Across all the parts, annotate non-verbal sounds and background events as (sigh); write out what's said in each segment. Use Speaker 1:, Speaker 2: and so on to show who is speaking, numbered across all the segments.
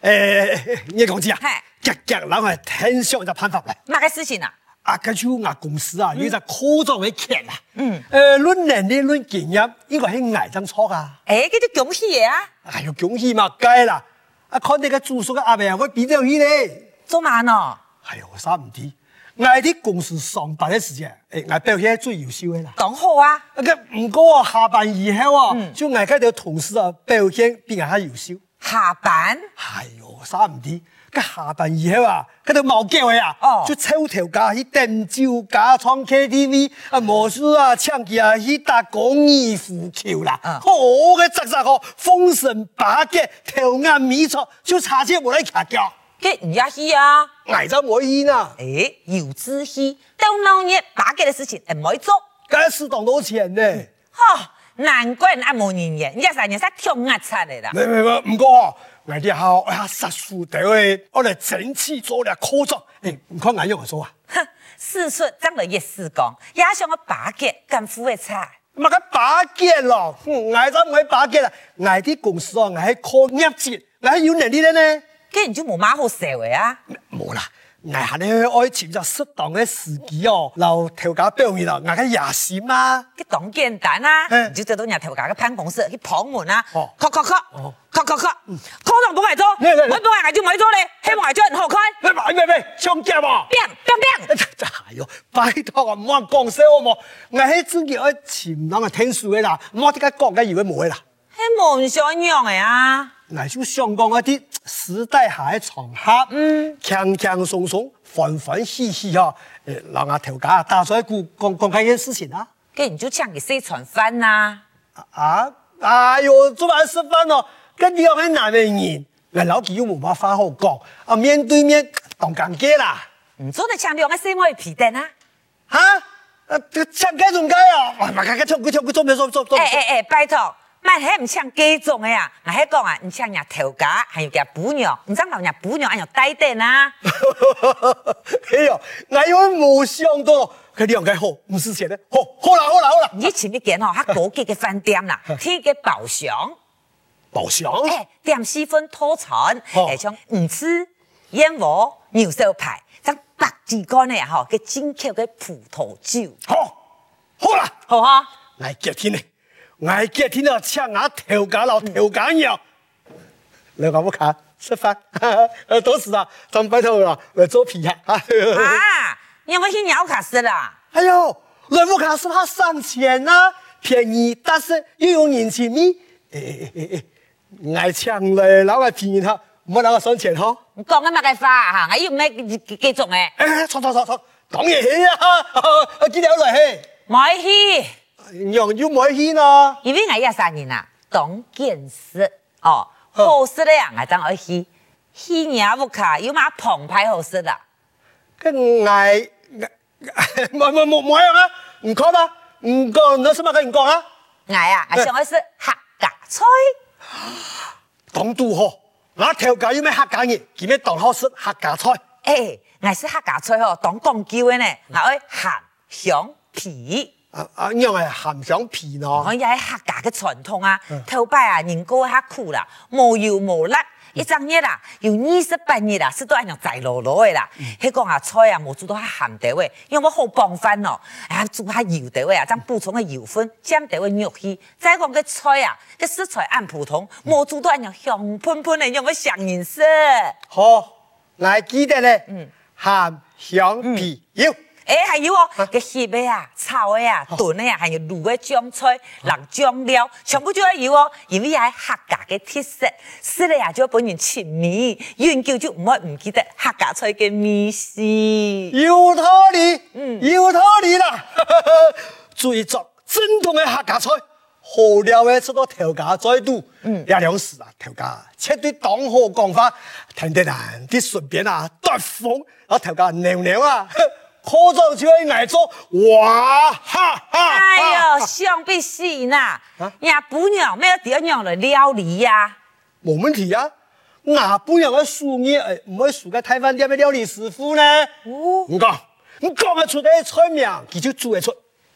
Speaker 1: 诶、叶公子啊
Speaker 2: 嘿，
Speaker 1: 日日諗係聽上就辦法嚟。
Speaker 2: 乜嘅事情啊？
Speaker 1: 啊，佢主牙公司啊，有一隻科作為劇啊。嗯。誒，論能力、論經驗，應該係捱爭錯啊。
Speaker 2: 诶，嗰啲哎恭喜嘢啊，
Speaker 1: 哎呦，恭喜嘛，梗啦！啊，看你個住宿嘅阿伯啊，我變咗佢咧。
Speaker 2: 做嘛喏？
Speaker 1: 哎呦，三唔知，捱啲公司上班嘅時間，誒，捱哎表現最優秀嘅啦。
Speaker 2: 當好啊，
Speaker 1: 啊，佢唔過啊，下班以後啊，就捱佢條同事啊，表現比人家優秀。
Speaker 2: 下班
Speaker 1: 哎呦，三唔知，佢下班以後啊，佢條毛腳啊，
Speaker 2: 哦
Speaker 1: 就抽條架去訂酒架、唱 KTV 啊，無事啊，唱起啊，去打廣義浮球啦。
Speaker 2: 嗯
Speaker 1: 好嘅雜雜個，風神八腳，頭眼米錯，就差些冇嚟卡腳，
Speaker 2: 嘅唔要去啊。
Speaker 1: 捱咗冇煙啊，
Speaker 2: 诶，有志氣，到鬧熱打嘅嘅事情唔可以做。
Speaker 1: 梗係當多錢呢。
Speaker 2: 哈，難怪人家冇人嘅，人家成日識跳壓出嚟啊啦。
Speaker 1: 没没没，唔过哦，我哋好啊，殺樹隊嘅，我哋整起做俩科作，誒，唔看眼用我做啊。
Speaker 2: 哼，事出真嚟一時講，也想我把嘅咁苦嘅差。
Speaker 1: 乜嘅把劍咯，哼挨咗唔係把劍啦，挨啲公司哦，挨靠業績，挨有能力咧呢？
Speaker 2: 跟住就冇乜好社會啊！
Speaker 1: 冇啦，挨下咧愛尋找適當嘅時機哦，留條架表現咯，挨嘅野心啊，
Speaker 2: 佢當簡單啦、
Speaker 1: 嘿
Speaker 2: 啊，你就走到人頭家嘅辦公室去旁門啊，
Speaker 1: 哦
Speaker 2: 敲敲敲
Speaker 1: 哦，
Speaker 2: 敲敲敲，敲上本嚟做，
Speaker 1: 嚟嚟嚟
Speaker 2: 我本嚟就唔做咧，希望係做人好看，
Speaker 1: 喂哎喂喂喂，上夾啊！
Speaker 2: 砰砰砰，
Speaker 1: 哎呦，拜託啊，唔好講笑好冇，挨喺自己愛潛人嘅啊聽數嘅啦，唔好啲家講嘅以為冇嘅啦。
Speaker 2: 係冇唔想樣嘅啊！
Speaker 1: 我就想講一啲時代下嘅場合，嗯，輕輕鬆鬆、歡歡喜喜哦，誒，讓阿頭家打咗一句講講緊件事情啊，
Speaker 2: 跟住就請佢四川飯啦，
Speaker 1: 啊，哎呦，做完食飯咯，跟住有啲難為人，我老幾又冇辦法好講，啊，面對面當尷尬啦，
Speaker 2: 唔做你請兩個四妹皮蛋啊！
Speaker 1: 嚇，啊，這唱雞仲雞啊，哇，咪佢唱佢唱佢做咩做做做
Speaker 2: 誒，誒誒，哎拜託，咪係唔請幾種嘅啊！我係講啊，唔請人頭家，係要夾補尿，唔想留人補尿，係要低蛋啊！
Speaker 1: 哎呦，我以為冇想到，佢兩個好，唔是錢咧，好，好啦好啦好啦，
Speaker 2: 以前啲間哦，較高級嘅飯店 (laughs) 啦，天嘅包廂。
Speaker 1: 冇想。
Speaker 2: 哎，點四分拖船，
Speaker 1: 哦
Speaker 2: 誒像魚翅、燕窩、牛手排，像白字干嘅吼，嘅進口嘅葡萄酒，
Speaker 1: 好，好啦，
Speaker 2: 好哈？
Speaker 1: 我今天呢，我今天啊要请我头家老头家娘，来我不看吃 (laughs) 饭，呃，都是啊，咱们拜托了，来做皮呀，
Speaker 2: 啊，因為去鳥卡斯啦，
Speaker 1: (laughs) 哎呦，来我看是怕上钱呐、啊，便宜但是又有人情味，哎哎哎哎，我请来老个便宜哈，没让我上钱哈，
Speaker 2: 你講緊乜嘅花嚇？我要咩幾種嘅？
Speaker 1: (laughs) 哎，错错错错，当然是啊， (laughs) 今天要来嘿，
Speaker 2: 買去，
Speaker 1: 娘又没去呢。
Speaker 2: 因為我廿三年啦，當見識哦，好食咧，我當我啊去，去鳥屋卡有嘛澎湃好食啦。
Speaker 1: cái (laughs) ngày mọi mọi mọi mọi em á không có đó không còn nữa sao mà cái không còn á
Speaker 2: 我啊，我想我食客家菜，
Speaker 1: đóng tu hồ lá theo cái mấy hạt cá nhỉ chỉ mấy đòn ho sức hạt cá thôi
Speaker 2: 誒，我食客家菜吼，當講究嘅呢，我愛鹹香皮。
Speaker 1: à, à, nhưng mà hàm giống phì
Speaker 2: 我
Speaker 1: nó
Speaker 2: 也係客家嘅傳統啊，頭擺啊，人過下苦啦，無油無辣，一整日啦，有二十八日啦，食到安樣滯落落嘅啦。迄講啊菜啊，無煮到較鹹地位，因為我好幫飯哦，啊煮下油地位啊，將補充嘅油分，減地位肉去。再講個菜啊，個食材按普通，無煮到安樣香噴噴嘅，讓我上人食。
Speaker 1: ho ngài ký đây này hàm giống phì yêu
Speaker 2: 誒，還有哦，個翕的啊、炒的啊、燉的啊，還有滷的醬菜、辣醬料，全部都要有哦。因為係客家嘅特色，食了也就本人親味，永久就唔會唔記得客家菜嘅美食。
Speaker 1: yêu thơ đi
Speaker 2: 嗯
Speaker 1: yêu thơ đi (laughs) là chú trọng chân thông cái hạt cá thôi hồ đeo ấy cho nó theo cá chơi đủ
Speaker 2: 嗯
Speaker 1: nhà粮食啊条cá切对当好讲法听得难啲顺便啊对风啊条cá牛牛啊 (laughs) 科长就会挨做哇哈哈
Speaker 2: 哎呦，
Speaker 1: 哈
Speaker 2: 想必是呐，呀，不娘咩第二娘來料理呀、
Speaker 1: 冇问题啊牙不有嘅输嘢诶唔可以输嘅太饭店嘅料理师傅呢
Speaker 2: 哦
Speaker 1: 唔讲唔讲得出嘅菜名佢就做得出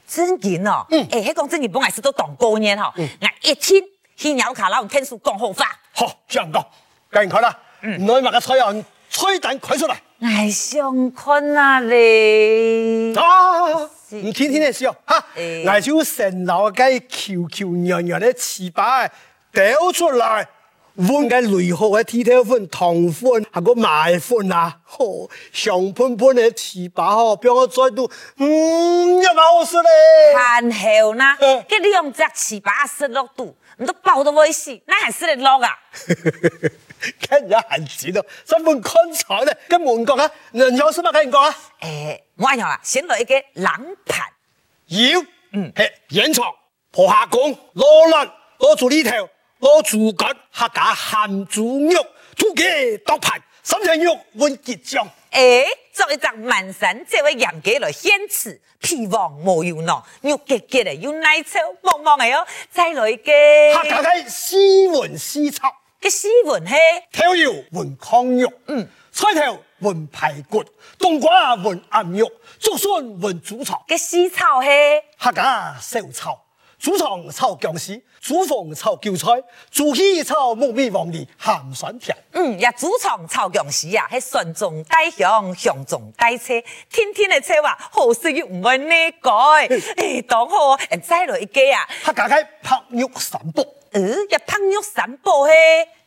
Speaker 2: 真件哦，誒、迄講真件本來是都當過年吼，我一天去鳥卡老天數講好法。
Speaker 1: 好，這樣講，趕緊快啦！唔耐物嘅菜啊，吹蛋快出嚟。
Speaker 2: 哎，上困啊你！
Speaker 1: 啊，
Speaker 2: 是
Speaker 1: 唔天天嘅笑，哈！
Speaker 2: 誒
Speaker 1: 牙少成樓嘅翹翹揚揚嘅翅膀掉出嚟，碗嘅雷河嘅鐵條粉、糖粉，係個埋粉啊！ (laughs) 吼，香噴噴嘅翅膀吼，俾我再到，嗯，一冇好食 (laughs) 咧。
Speaker 2: 看后呢
Speaker 1: 嗯，
Speaker 2: 哦给你用只翅膀塞落肚，你都包到我死，那还是得落啊！
Speaker 1: 跟人閒錢咯，身份乾炒咧，跟門角啊，人有什麼跟人講啊？
Speaker 2: 哎，我样啦，先来一个冷盘，
Speaker 1: 妖，嗯，係隱藏、婆下講、羅蘭、攞住呢條、攞住緊、客家鹹豬肉、土雞剁盤、三層肉、温結醬。
Speaker 2: 哎，做一只满身这位严格来现吃，皮黄无油囊，肉结结的，有奶臭，茫茫的哟。再来一个，
Speaker 1: 客家嘅斯文斯臭，
Speaker 2: 个斯文嘿，
Speaker 1: 條腰混糠肉，嗯，菜頭混排骨，冬瓜混暗肉，竹筍混煮草。
Speaker 2: 个西草嘿，
Speaker 1: 客家小炒，煮糖炒姜絲，煮鳳炒韭菜，煮起炒木米黃梨鹹酸甜。
Speaker 2: 嗯，也主创炒姜丝啊，系酸中带香，香中带车，天天的车话，好事又唔会内改。哎，当好，哎再来一个啊，
Speaker 1: 客家嘅白肉三卜。
Speaker 2: 嗯，一烹肉三宝嘿，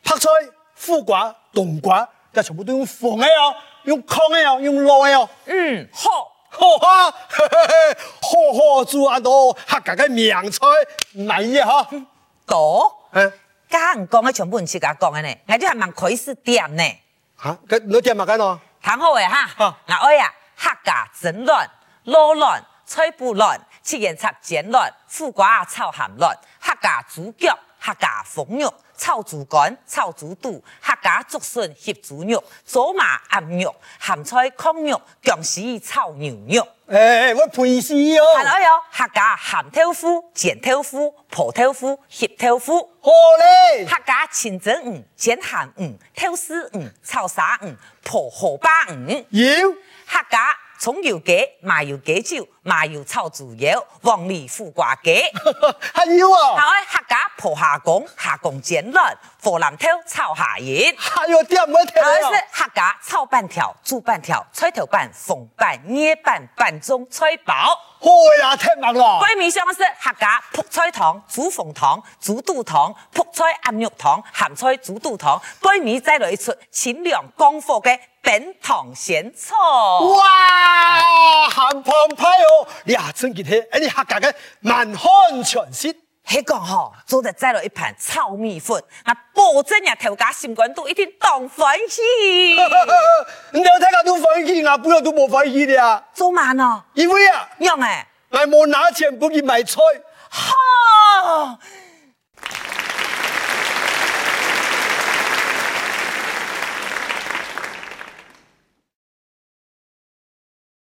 Speaker 1: 白菜、苦瓜、冬瓜，但全部都用放的哦，用糠的哦，用糯的哦。
Speaker 2: 嗯，好。
Speaker 1: 好哈，嘿嘿嘿好好做阿多客家嘅名菜，难嘢哈。
Speaker 2: 多，
Speaker 1: 嗯，
Speaker 2: 家人讲的全部唔是甲讲的呢，我就还蛮开始点呢，
Speaker 1: 吓，咁你点嘛緊哦？
Speaker 2: 谈好的哈
Speaker 1: 啊，
Speaker 2: 我爱啊，客家蒸卵、卤卵、菜脯卵、七颜插煎卵、苦瓜炒咸卵、客家猪脚、客家风肉、炒猪肝、炒猪肚、客家竹笋翕猪肉、走马鸭肉、咸菜炕肉、姜丝炒牛肉。
Speaker 1: 哦诶、我陪死哦。
Speaker 2: 还有哟，客家咸豆腐、煎豆腐、泡豆腐、翕豆腐。
Speaker 1: 好嘞，
Speaker 2: 客家清蒸鱼、煎鹹魚、透絲魚、炒沙魚、婆河巴魚，
Speaker 1: 要
Speaker 2: 客家葱油雞、麻油雞酒、麻油炒豬油、黃梨苦瓜雞，
Speaker 1: 还要
Speaker 2: 還
Speaker 1: 啊，
Speaker 2: 有客家婆下公、下公煎卵、火腩頭炒下鹽。
Speaker 1: 还要点乜听
Speaker 2: 还有是
Speaker 1: 啊？
Speaker 2: 客家炒半条、煮半条、吹头半、缝半、捏半、半中吹薄。
Speaker 1: 好呀，听明啦。
Speaker 2: 桂面上是客家朴菜糖、煮鳳糖、煮肚糖、朴菜暗肉糖、鹹菜煮肚糖，桂面再来一出清涼功夫嘅扁糖咸菜。
Speaker 1: 哇，咸澎湃哦！你啊，真见睇，你客家嘅满汉全席。
Speaker 2: 迄讲吼，做得再来一盤炒米粉，那保證呀頭家心肝肚一定當歡喜。
Speaker 1: 你有睇下都反应啊，不要都冇反应的啊，
Speaker 2: 做嘛呢？
Speaker 1: 因为啊，
Speaker 2: 娘诶，
Speaker 1: 我冇拿钱不去买菜，
Speaker 2: 吼，